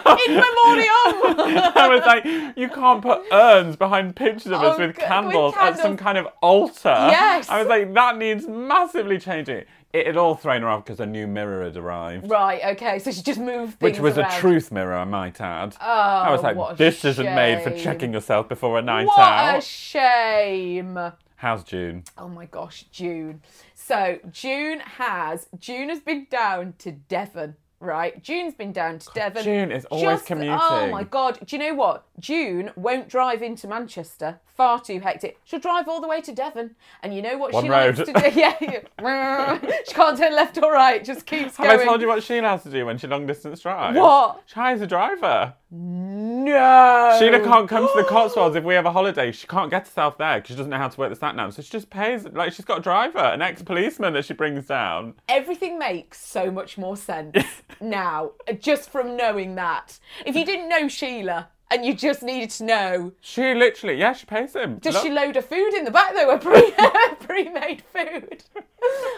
S2: a memorial in memoriam.
S1: I was like, you can't put urns behind pictures of us
S2: Oh,
S1: with
S2: g- with
S1: candles, at some
S2: candles.
S1: kind of altar.
S2: Yes.
S1: I was like, that needs massively changing. It had all thrown her off because a new mirror had arrived.
S2: Right. Okay. So she just moved things
S1: Which was
S2: around.
S1: a truth mirror, I might add. Oh, I was like,
S2: what a
S1: this isn't made for
S2: shame.
S1: checking yourself before a night
S2: What
S1: out.
S2: a shame.
S1: How's June?
S2: Oh my gosh, June. So June has June has been down to Devon, right? June's been down to Devon.
S1: June is always commuting.
S2: Oh my god! Do you know what? June won't drive into Manchester. Far too hectic. She'll drive all the way to Devon. And you know what
S1: One
S2: she
S1: road.
S2: likes to do? Yeah, yeah. she can't turn left or right. Just keeps
S1: Have
S2: going.
S1: I told you what Sheena has to do when she long distance drives?
S2: What?
S1: She hires a driver.
S2: No.
S1: Sheena can't come to the Cotswolds if we have a holiday. She can't get herself there because she doesn't know how to work the sat nav. So she just pays, like, she's got a driver, an ex policeman that she brings down.
S2: everything makes so much more sense now just from knowing that. If you didn't know Sheila and you just needed to know,
S1: She literally, yeah, she pays him.
S2: does
S1: Look.
S2: she load her food in the back though? A pre pre made food.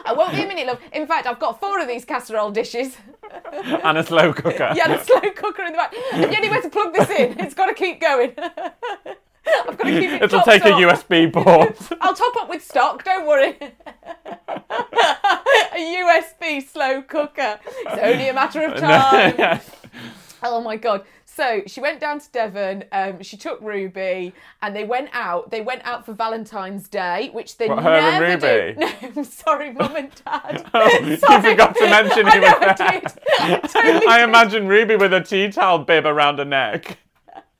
S2: I won't be a minute, love. In fact, I've got four of these casserole dishes.
S1: And a slow cooker.
S2: Yeah, and a slow cooker in the back. And you only way to plug this in. It's got to keep going. I've got to keep it.
S1: It'll
S2: topped
S1: take a
S2: up.
S1: USB port.
S2: I'll top up with stock, don't worry. a USB slow cooker. It's only a matter of time. oh my god. So she went down to Devon, um, she took Ruby, and they went out. They went out for Valentine's Day, which they
S1: What, her
S2: never
S1: and
S2: do. No,
S1: Ruby?
S2: I'm sorry, Mum and Dad.
S1: Oh, you
S2: Sorry.
S1: forgot to mention
S2: I
S1: he was
S2: know I
S1: there.
S2: did. I totally
S1: I
S2: did.
S1: imagine Ruby with a tea towel bib around her neck.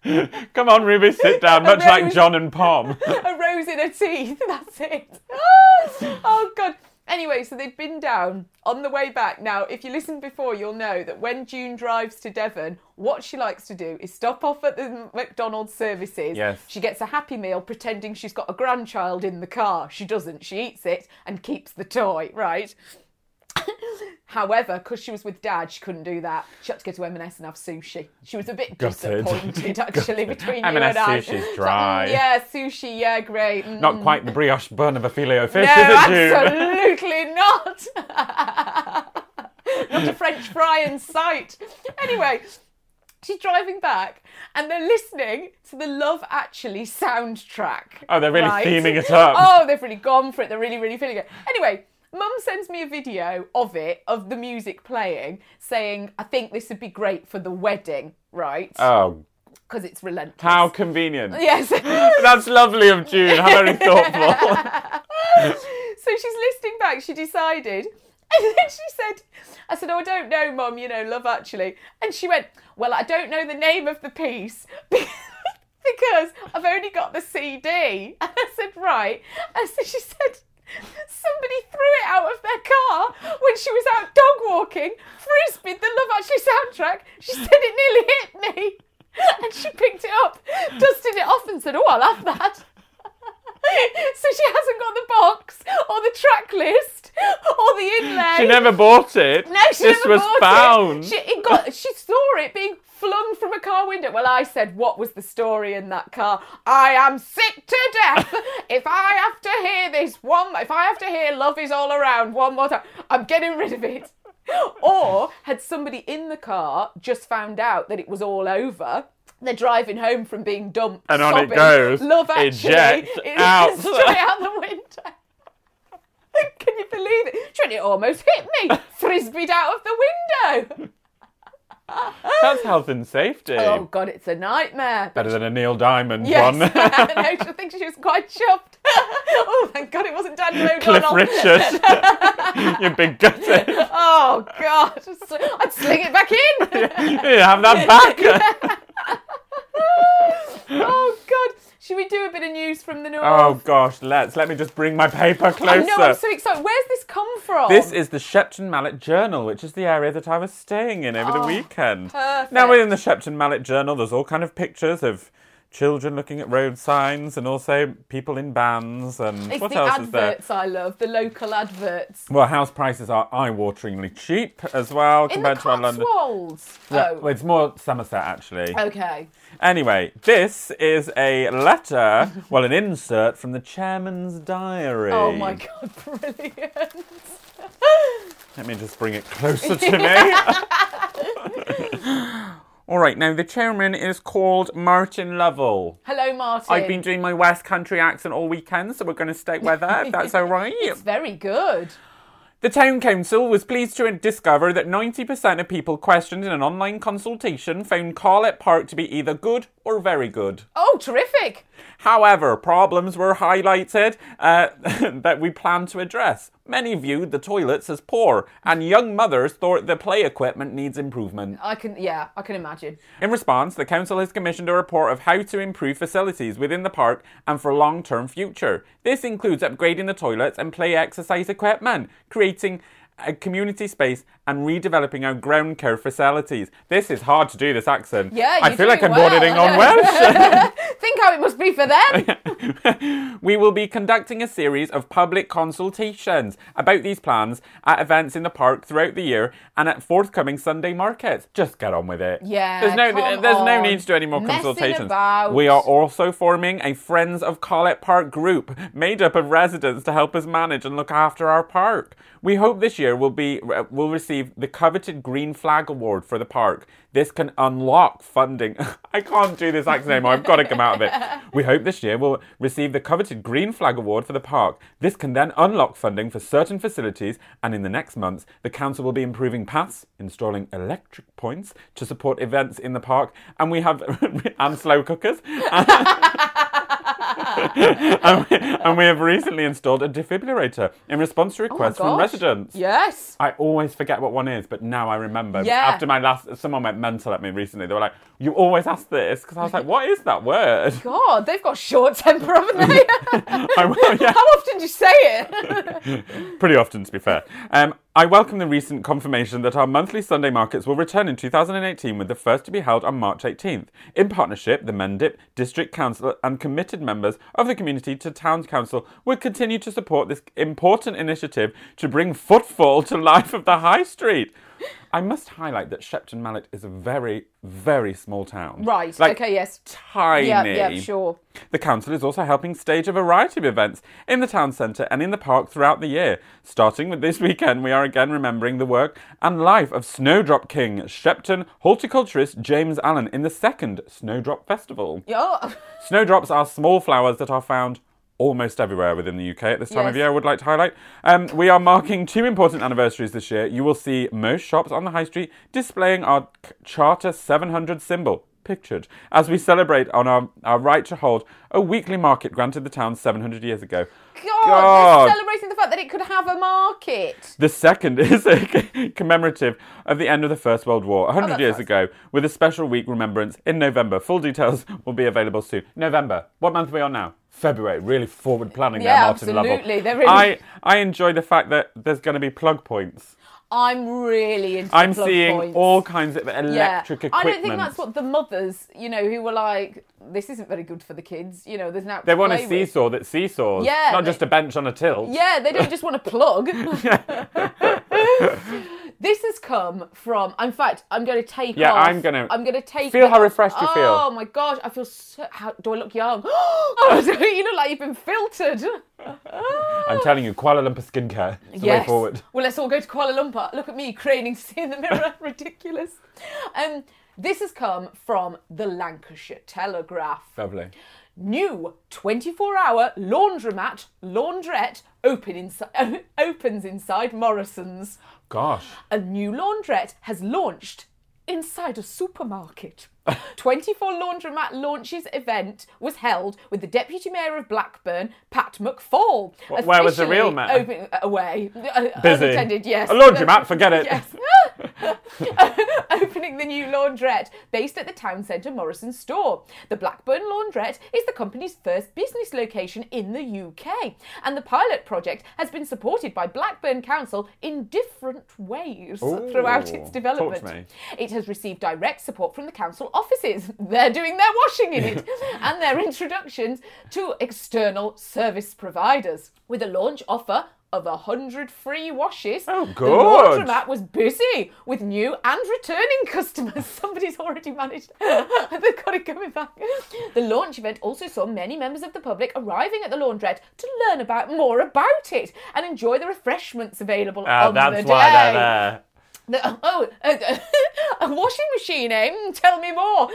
S1: Come on, Ruby, sit down, much
S2: Ruby.
S1: like John and Pom.
S2: a rose in her teeth. That's it. oh god. Anyway, so they've been down on the way back. Now, if you listened before, you'll know that when June drives to Devon, what she likes to do is stop off at the McDonald's services.
S1: Yes.
S2: She gets a happy meal pretending she's got a grandchild in the car. She doesn't. She eats it and keeps the toy, right? However, because she was with dad, she couldn't do that. She had to go to M&S and have sushi. She was a bit
S1: Gutted.
S2: disappointed, actually, between you
S1: M&S
S2: and I.
S1: sushi's
S2: It's like,
S1: dry.
S2: "Mm, yeah, sushi, yeah, great. mm,
S1: Not quite the brioche bun of a filio fish,
S2: no,
S1: is it, June?
S2: absolutely not. not a French fry in sight. Anyway, she's driving back and they're listening to the Love Actually soundtrack.
S1: Oh, they're really
S2: right?
S1: theming it up.
S2: Oh, they've really gone for it. They're really, really feeling it. Anyway. Mum sends me a video of it, of the music playing, saying, I think this would be great for the wedding, right?
S1: Oh,
S2: Because it's relentless.
S1: how convenient.
S2: Yes.
S1: That's lovely of June. How very thoughtful.
S2: So she's listening back. She decided. And then she said, I said, oh, I don't know, Mum, you know, love actually. And she went, well, I don't know the name of the piece because I've only got the CD. And I said, right. And so she said, somebody threw it out of their car when she was out dog walking, frisbeed the Love Actually soundtrack. She said it nearly hit me. And she picked it up, dusted it off and said, oh, I'll have that so she hasn't got the box or the track list or the inlay.
S1: she never bought it.
S2: No, she
S1: this
S2: never
S1: was
S2: bought
S1: found.
S2: It. She it got. She saw it being flung from a car window. Well, I said, what was the story in that car? I am sick to death. if I have to hear this one, if I have to hear "Love Is All Around" one more time, I'm getting rid of it. Or had somebody in the car just found out that it was all over? They're driving home from being dumped,
S1: And on it
S2: sobbing,
S1: goes.
S2: Love actually,
S1: Eject,
S2: it-
S1: out.
S2: straight out the window. Can you believe it? Trent, it almost hit me. Frisbeed out of the window.
S1: That's health and safety.
S2: Oh, God, it's a nightmare.
S1: Better than a Neil Diamond
S2: Yes.
S1: one.
S2: no, I think she was quite chuffed. oh, thank God it wasn't Daniel
S1: Cliff
S2: O'Donnell.
S1: Richard. you big gutted.
S2: Oh, God. I'd sling it back in.
S1: You have that back.
S2: oh, God. Should we do a bit of news from the north?
S1: oh gosh, let's. Let me just bring my paper
S2: I
S1: closer.
S2: know, I'm so excited. Where's this come from?
S1: This is the Shepton Mallet Journal, which is the area that I was staying in over the
S2: Oh,
S1: weekend. Now, within the Shepton Mallet Journal, there's all kind of pictures of children looking at road signs and also people in bands and
S2: It's
S1: what
S2: the
S1: else is
S2: adverts I love, the local adverts.
S1: there? Well, house prices are eye-wateringly cheap as well
S2: In the
S1: compared to our London.
S2: Cotswolds.
S1: Yeah,
S2: Oh,
S1: well, it's more Somerset actually.
S2: okay.
S1: Anyway, this is a letter, well, an insert from the chairman's diary.
S2: Oh my god, brilliant.
S1: Let me just bring it closer to me. All right, now the chairman is called Martin Lovell.
S2: Hello, Martin.
S1: I've been doing my West Country accent all weekend, so we're going to stick with that, if that's all right.
S2: It's very good.
S1: The town council was pleased to discover that 90% of people questioned in an online consultation found Carlet Park to be either good or very good.
S2: Oh, terrific.
S1: However, problems were highlighted uh, that we plan to address. Many viewed the toilets as poor, and young mothers thought the play equipment needs improvement.
S2: I can, yeah, I can imagine.
S1: In response, the council has commissioned a report of how to improve facilities within the park and for long term future. This includes upgrading the toilets and play exercise equipment, creating a community space, and redeveloping our ground care facilities. This is hard to do, this accent.
S2: Yeah,
S1: I
S2: you're
S1: feel like I'm
S2: doing
S1: bordering
S2: well.
S1: on Welsh.
S2: Think how it must be for them.
S1: we will be conducting a series of public consultations about these plans at events in the park throughout the year and at forthcoming Sunday markets. Just get on with it.
S2: Yeah,
S1: There's no
S2: come
S1: there's no
S2: on.
S1: need to do any more
S2: Messing
S1: consultations.
S2: about.
S1: We are also forming a Friends of Collet Park group made up of residents to help us manage and look after our park. We hope this year will be will receive the coveted Green Flag Award for the park. This can unlock funding. I can't do this accent anymore. I've got to come out of it. We hope this year will receive the coveted Green Flag Award for the park. This can then unlock funding for certain facilities, and in the next months, the council will be improving paths, installing electric points to support events in the park, and we have and slow cookers. and, we, and we have recently installed a defibrillator in response to requests from
S2: Oh gosh.
S1: residents.
S2: yes.
S1: I always forget what one is, but now I remember.
S2: Yeah.
S1: After my last, someone went mental at me recently. They were like, "You always ask this," because I was like, "What is that word?"
S2: God, they've got short temper, haven't they?
S1: I will- yeah.
S2: How often do you say it?
S1: Pretty often, to be fair. Um, I welcome the recent confirmation that our monthly Sunday markets will return in 2018, with the first to be held on March 18th. In partnership, the Mendip, District Council, and committed members of the community to Town Council will continue to support this important initiative to bring footfall to life of the High Street. I must highlight that Shepton Mallet is a very, very small town.
S2: Right, okay, yes.
S1: Tiny.
S2: yeah, yeah, sure.
S1: The council is also helping stage a variety of events in the town centre and in the park throughout the year. Starting with this weekend, we are again remembering the work and life of Snowdrop King Shepton horticulturist James Allen in the second Snowdrop Festival.
S2: Yeah.
S1: Snowdrops are small flowers that are found almost everywhere within the UK at this time of
S2: Yes.
S1: year, I would like to highlight. Um, we are marking two important anniversaries this year. You will see most shops on the high street displaying our C- Charter 700 symbol. Pictured as we celebrate on our, our right to hold a weekly market granted the town 700 years ago.
S2: God,
S1: God.
S2: they're celebrating the fact that it could have a market.
S1: The second is a commemorative of the end of the First World War 100
S2: Oh, that's
S1: years
S2: nice.
S1: ago with a special week remembrance in November. Full details will be available soon. November. What month are we on now? February. Really forward planning there,
S2: Yeah,
S1: Martin
S2: absolutely. They're
S1: Lovell. I,
S2: really-
S1: I enjoy the fact that there's going to be plug points.
S2: I'm really into
S1: I'm
S2: the plug
S1: seeing
S2: points.
S1: all kinds of
S2: yeah.
S1: electric
S2: I
S1: equipment.
S2: don't think that's what the mothers, you know, who were like, this isn't very good for the kids. You know, there's now.
S1: They want a seesaw that seesaws,
S2: Yeah,
S1: not
S2: they-
S1: just a bench on a tilt.
S2: Yeah, they don't just want to plug. this has come from. In fact, I'm going to take.
S1: Yeah,
S2: off-
S1: I'm gonna-
S2: I'm going to take.
S1: Feel
S2: it
S1: how
S2: off.
S1: refreshed you feel.
S2: Oh my gosh, I feel so. How do I look young? oh, you look like you've been filtered.
S1: I'm telling you, Kuala Lumpur skincare is the way forward.
S2: Well, let's all go to Kuala Lumpur. Look at me craning to see in the mirror. Ridiculous. Um, this has come from the Lancashire Telegraph.
S1: Lovely.
S2: New 24-hour laundromat laundrette open insi- opens inside Morrison's.
S1: Gosh.
S2: A new laundrette has launched inside a supermarket. 24 laundromat launches event was held with the deputy mayor of Blackburn, Pat McFall.
S1: Wh- where was the
S2: officially
S1: real mayor?
S2: Open, uh, away,
S1: Busy.
S2: unattended. Yes,
S1: A laundromat, forget it.
S2: Yes. opening the new laundrette based at the town centre Morrison store. The Blackburn Laundrette is the company's first business location in the UK, and the pilot project has been supported by Blackburn Council in different ways
S1: Ooh,
S2: throughout its
S1: talk to
S2: development.
S1: me.
S2: It has received direct support from the council offices. They're doing their washing in it and their introductions to external service providers with a launch offer of 100 free washes.
S1: Oh,
S2: The
S1: good.
S2: laundromat was busy with new and returning customers. Somebody's already managed. They've got it coming back. The launch event also saw many members of the public arriving at the laundrette to learn about more about it and enjoy the refreshments available
S1: Ah,
S2: on the
S1: that's
S2: day.
S1: why they're there.
S2: The- oh, uh, a washing machine, eh? Mm, tell me more.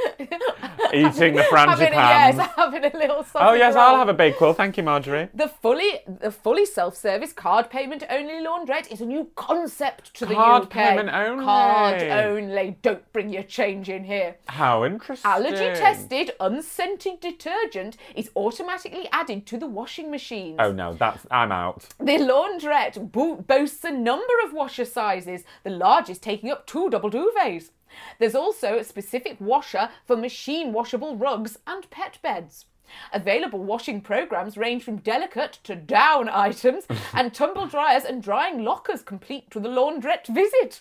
S1: Eating the
S2: having a,
S1: frangipans.
S2: yes, having a little sausage
S1: Oh yes, I'll
S2: roll.
S1: have a big quill. Thank you, Marjorie.
S2: The fully, the fully self-service card payment only laundrette is a new concept to
S1: Card
S2: the UK.
S1: payment only.
S2: Card only. Don't bring your change in here.
S1: How interesting.
S2: Allergy tested unscented detergent is automatically added to the washing machines.
S1: Oh no, that's I'm out.
S2: The laundrette bo- boasts a number of washer sizes, the largest taking up two double duvets. There's also a specific washer for machine washable rugs and pet beds. Available washing programs range from delicate to down items, and tumble dryers and drying lockers complete to the laundrette visit.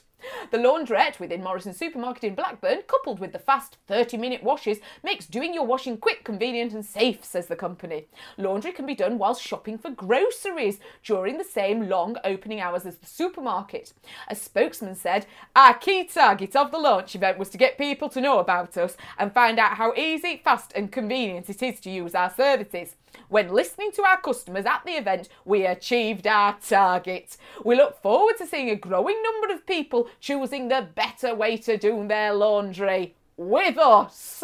S2: The laundrette within Morrison Supermarket in Blackburn, coupled with the fast 30 minute washes, makes doing your washing quick, convenient, and safe, says the company. Laundry can be done whilst shopping for groceries during the same long opening hours as the supermarket. A spokesman said, Our key target of the launch event was to get people to know about us and find out how easy, fast, and convenient it is to use our services. When listening to our customers at the event, we achieved our target. We look forward to seeing a growing number of people choosing the better way to do their laundry with us.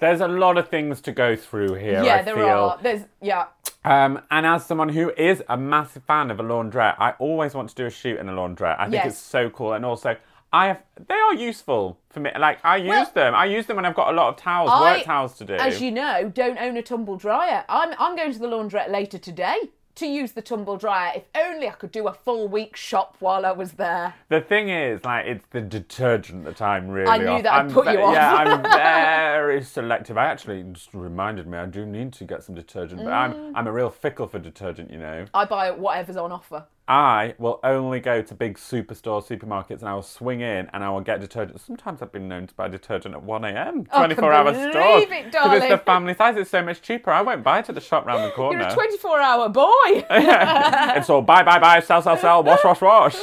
S1: There's a lot of things to go through here.
S2: yeah,
S1: I
S2: there
S1: feel.
S2: are. There's yeah.
S1: Um, and as someone who is a massive fan of a laundrette, I always want to do a shoot in a laundrette. I think
S2: Yes.
S1: it's so cool, and also I have they are useful for me. Like I use
S2: Well-
S1: them. I use them when I've got a lot of towels,
S2: I-
S1: work towels to do.
S2: As you know, don't own a tumble dryer. I'm I'm going to the laundrette later today to use the tumble dryer. If only I could do a full week shop while I was there.
S1: The thing is, like, it's the detergent that I'm really.
S2: I knew
S1: off.
S2: that I'd
S1: I'm
S2: put you off.
S1: Yeah, I'm very selective. I actually it just reminded me I do need to get some detergent, but
S2: Mm.
S1: I'm I'm a real fickle for detergent, you know.
S2: I buy whatever's on offer.
S1: I will only go to big superstore supermarkets, and I will swing in and I will get detergent. Sometimes I've been known to buy detergent at one a.m.
S2: Oh, I can
S1: twenty-four hour
S2: believe
S1: store
S2: it,
S1: because it's the
S2: darling.
S1: family size. It's so much cheaper. I won't buy it at the shop round the corner.
S2: You're a 24 hour boy.
S1: it's all buy, buy, buy, sell, sell, sell, wash, wash, wash.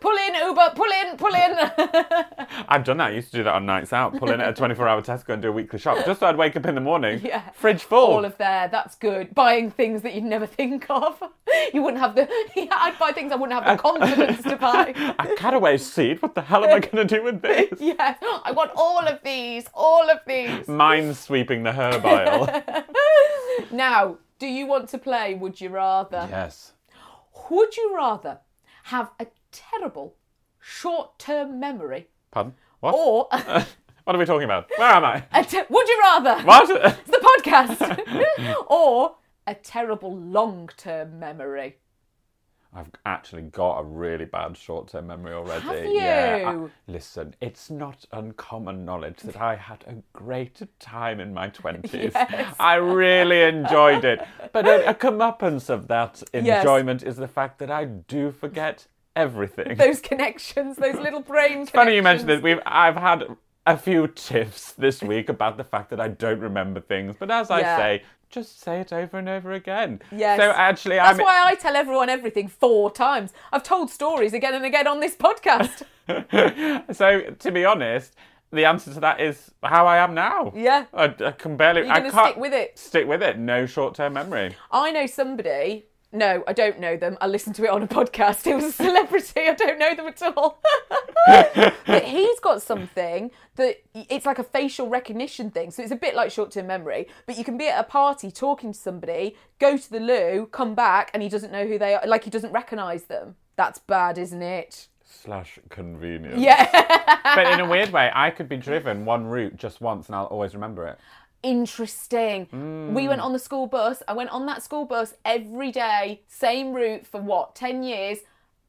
S2: pull in Uber, pull in, pull in.
S1: I've done that. I used to do that on nights out, pull in at a 24 hour Tesco and do a weekly shop just so I'd wake up in the morning,
S2: Yeah.
S1: fridge full.
S2: all of there. That's good. Buying things that you'd never think of. You wouldn't have the. Yeah, I'd buy things I wouldn't have the confidence to buy.
S1: a caraway seed? What the hell am I going to do with this?
S2: Yeah, I want all of these, all of these.
S1: Mind sweeping the herb aisle.
S2: Now, do you want to play? Would you rather?
S1: yes.
S2: Would you rather have a terrible short-term memory
S1: Pardon? What?
S2: or
S1: What are we talking about? Where am I?
S2: a te- would you rather?
S1: What?
S2: It's the podcast. or a terrible long-term memory.
S1: I've actually got a really bad short term memory already.
S2: Have
S1: Yeah. I-
S2: you?
S1: listen, it's not uncommon knowledge that I had a great time in my 20s.
S2: Yes.
S1: I really enjoyed it. But a, a comeuppance of that
S2: Yes.
S1: enjoyment is the fact that I do forget everything.
S2: Those connections, those little brains.
S1: Funny you mentioned this. We've I've had a few tiffs this week about the fact that I don't remember things, but as I
S2: Yeah.
S1: say, just say it over and over again.
S2: Yes.
S1: So actually,
S2: That's
S1: I'm.
S2: why I tell everyone everything four times. I've told stories again and again on this podcast.
S1: so to be honest, the answer to that is how I am now.
S2: Yeah.
S1: I, I can barely.
S2: You're
S1: I
S2: gonna
S1: can't
S2: stick with it.
S1: Stick with it. No short-term memory.
S2: I know somebody. No, I don't know them. I listened to it on a podcast. It was a celebrity. I don't know them at all. but he's got something that it's like a facial recognition thing. So it's a bit like short term memory. But you can be at a party talking to somebody, go to the loo, come back, and he doesn't know who they are. Like he doesn't recognise them. That's bad, isn't it?
S1: Slash convenience.
S2: Yeah.
S1: but in a weird way, I could be driven one route just once, and I'll always remember it.
S2: interesting. We
S1: Mm.
S2: went on the school bus. I went on that school bus every day, same route for what, 10 years.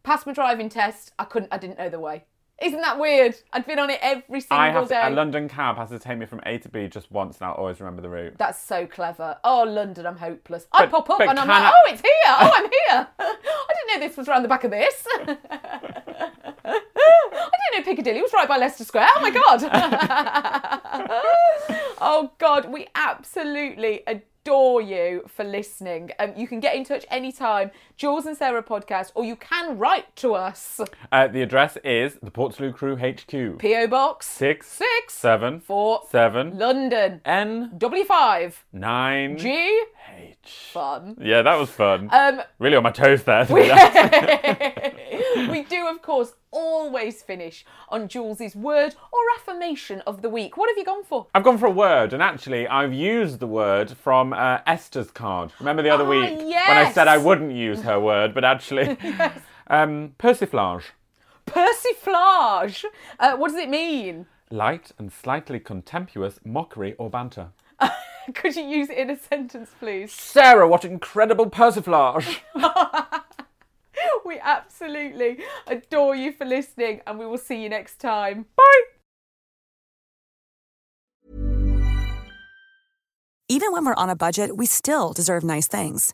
S2: Passed my driving test. I couldn't, I didn't know the way. Isn't that weird? I'd been on it every single
S1: I have
S2: day.
S1: to, a London cab has to take me from A to B just once, and I'll always remember the route.
S2: That's so clever. Oh, London, I'm hopeless. I
S1: But-
S2: pop up
S1: but
S2: and I'm
S1: can I-
S2: like, oh, it's here. Oh, I'm here. I didn't know this was round the back of this. I didn't know Piccadilly was right by Leicester Square. Oh, my God. oh, God. We absolutely adore you for listening. Um, you can get in touch anytime, Jules and Sarah podcast, or you can write to us.
S1: Uh, the address is the Portslade Crew HQ.
S2: P.O. Box
S1: Six,
S2: Six.
S1: seven,
S2: Four.
S1: seven,
S2: London.
S1: N
S2: W5.
S1: nine
S2: G.
S1: H.
S2: Fun.
S1: Yeah, that was fun.
S2: Um,
S1: really on my toes there.
S2: We- we do, of course, always finish on Jules's word or affirmation of the week. What have you gone for?
S1: I've gone for a word, and actually, I've used the word from uh, Esther's card. Remember the other
S2: Ah,
S1: week when I
S2: yes!
S1: said I wouldn't use her word, but actually, um, persiflage,
S2: Persiflage. Uh, what does it mean?
S1: light and slightly contemptuous mockery or banter.
S2: Could you use it in a sentence, please?
S1: Sarah, what incredible persiflage!
S2: We absolutely adore you for listening, and we will see you next time.
S4: Even when we're on a budget, we still deserve nice things.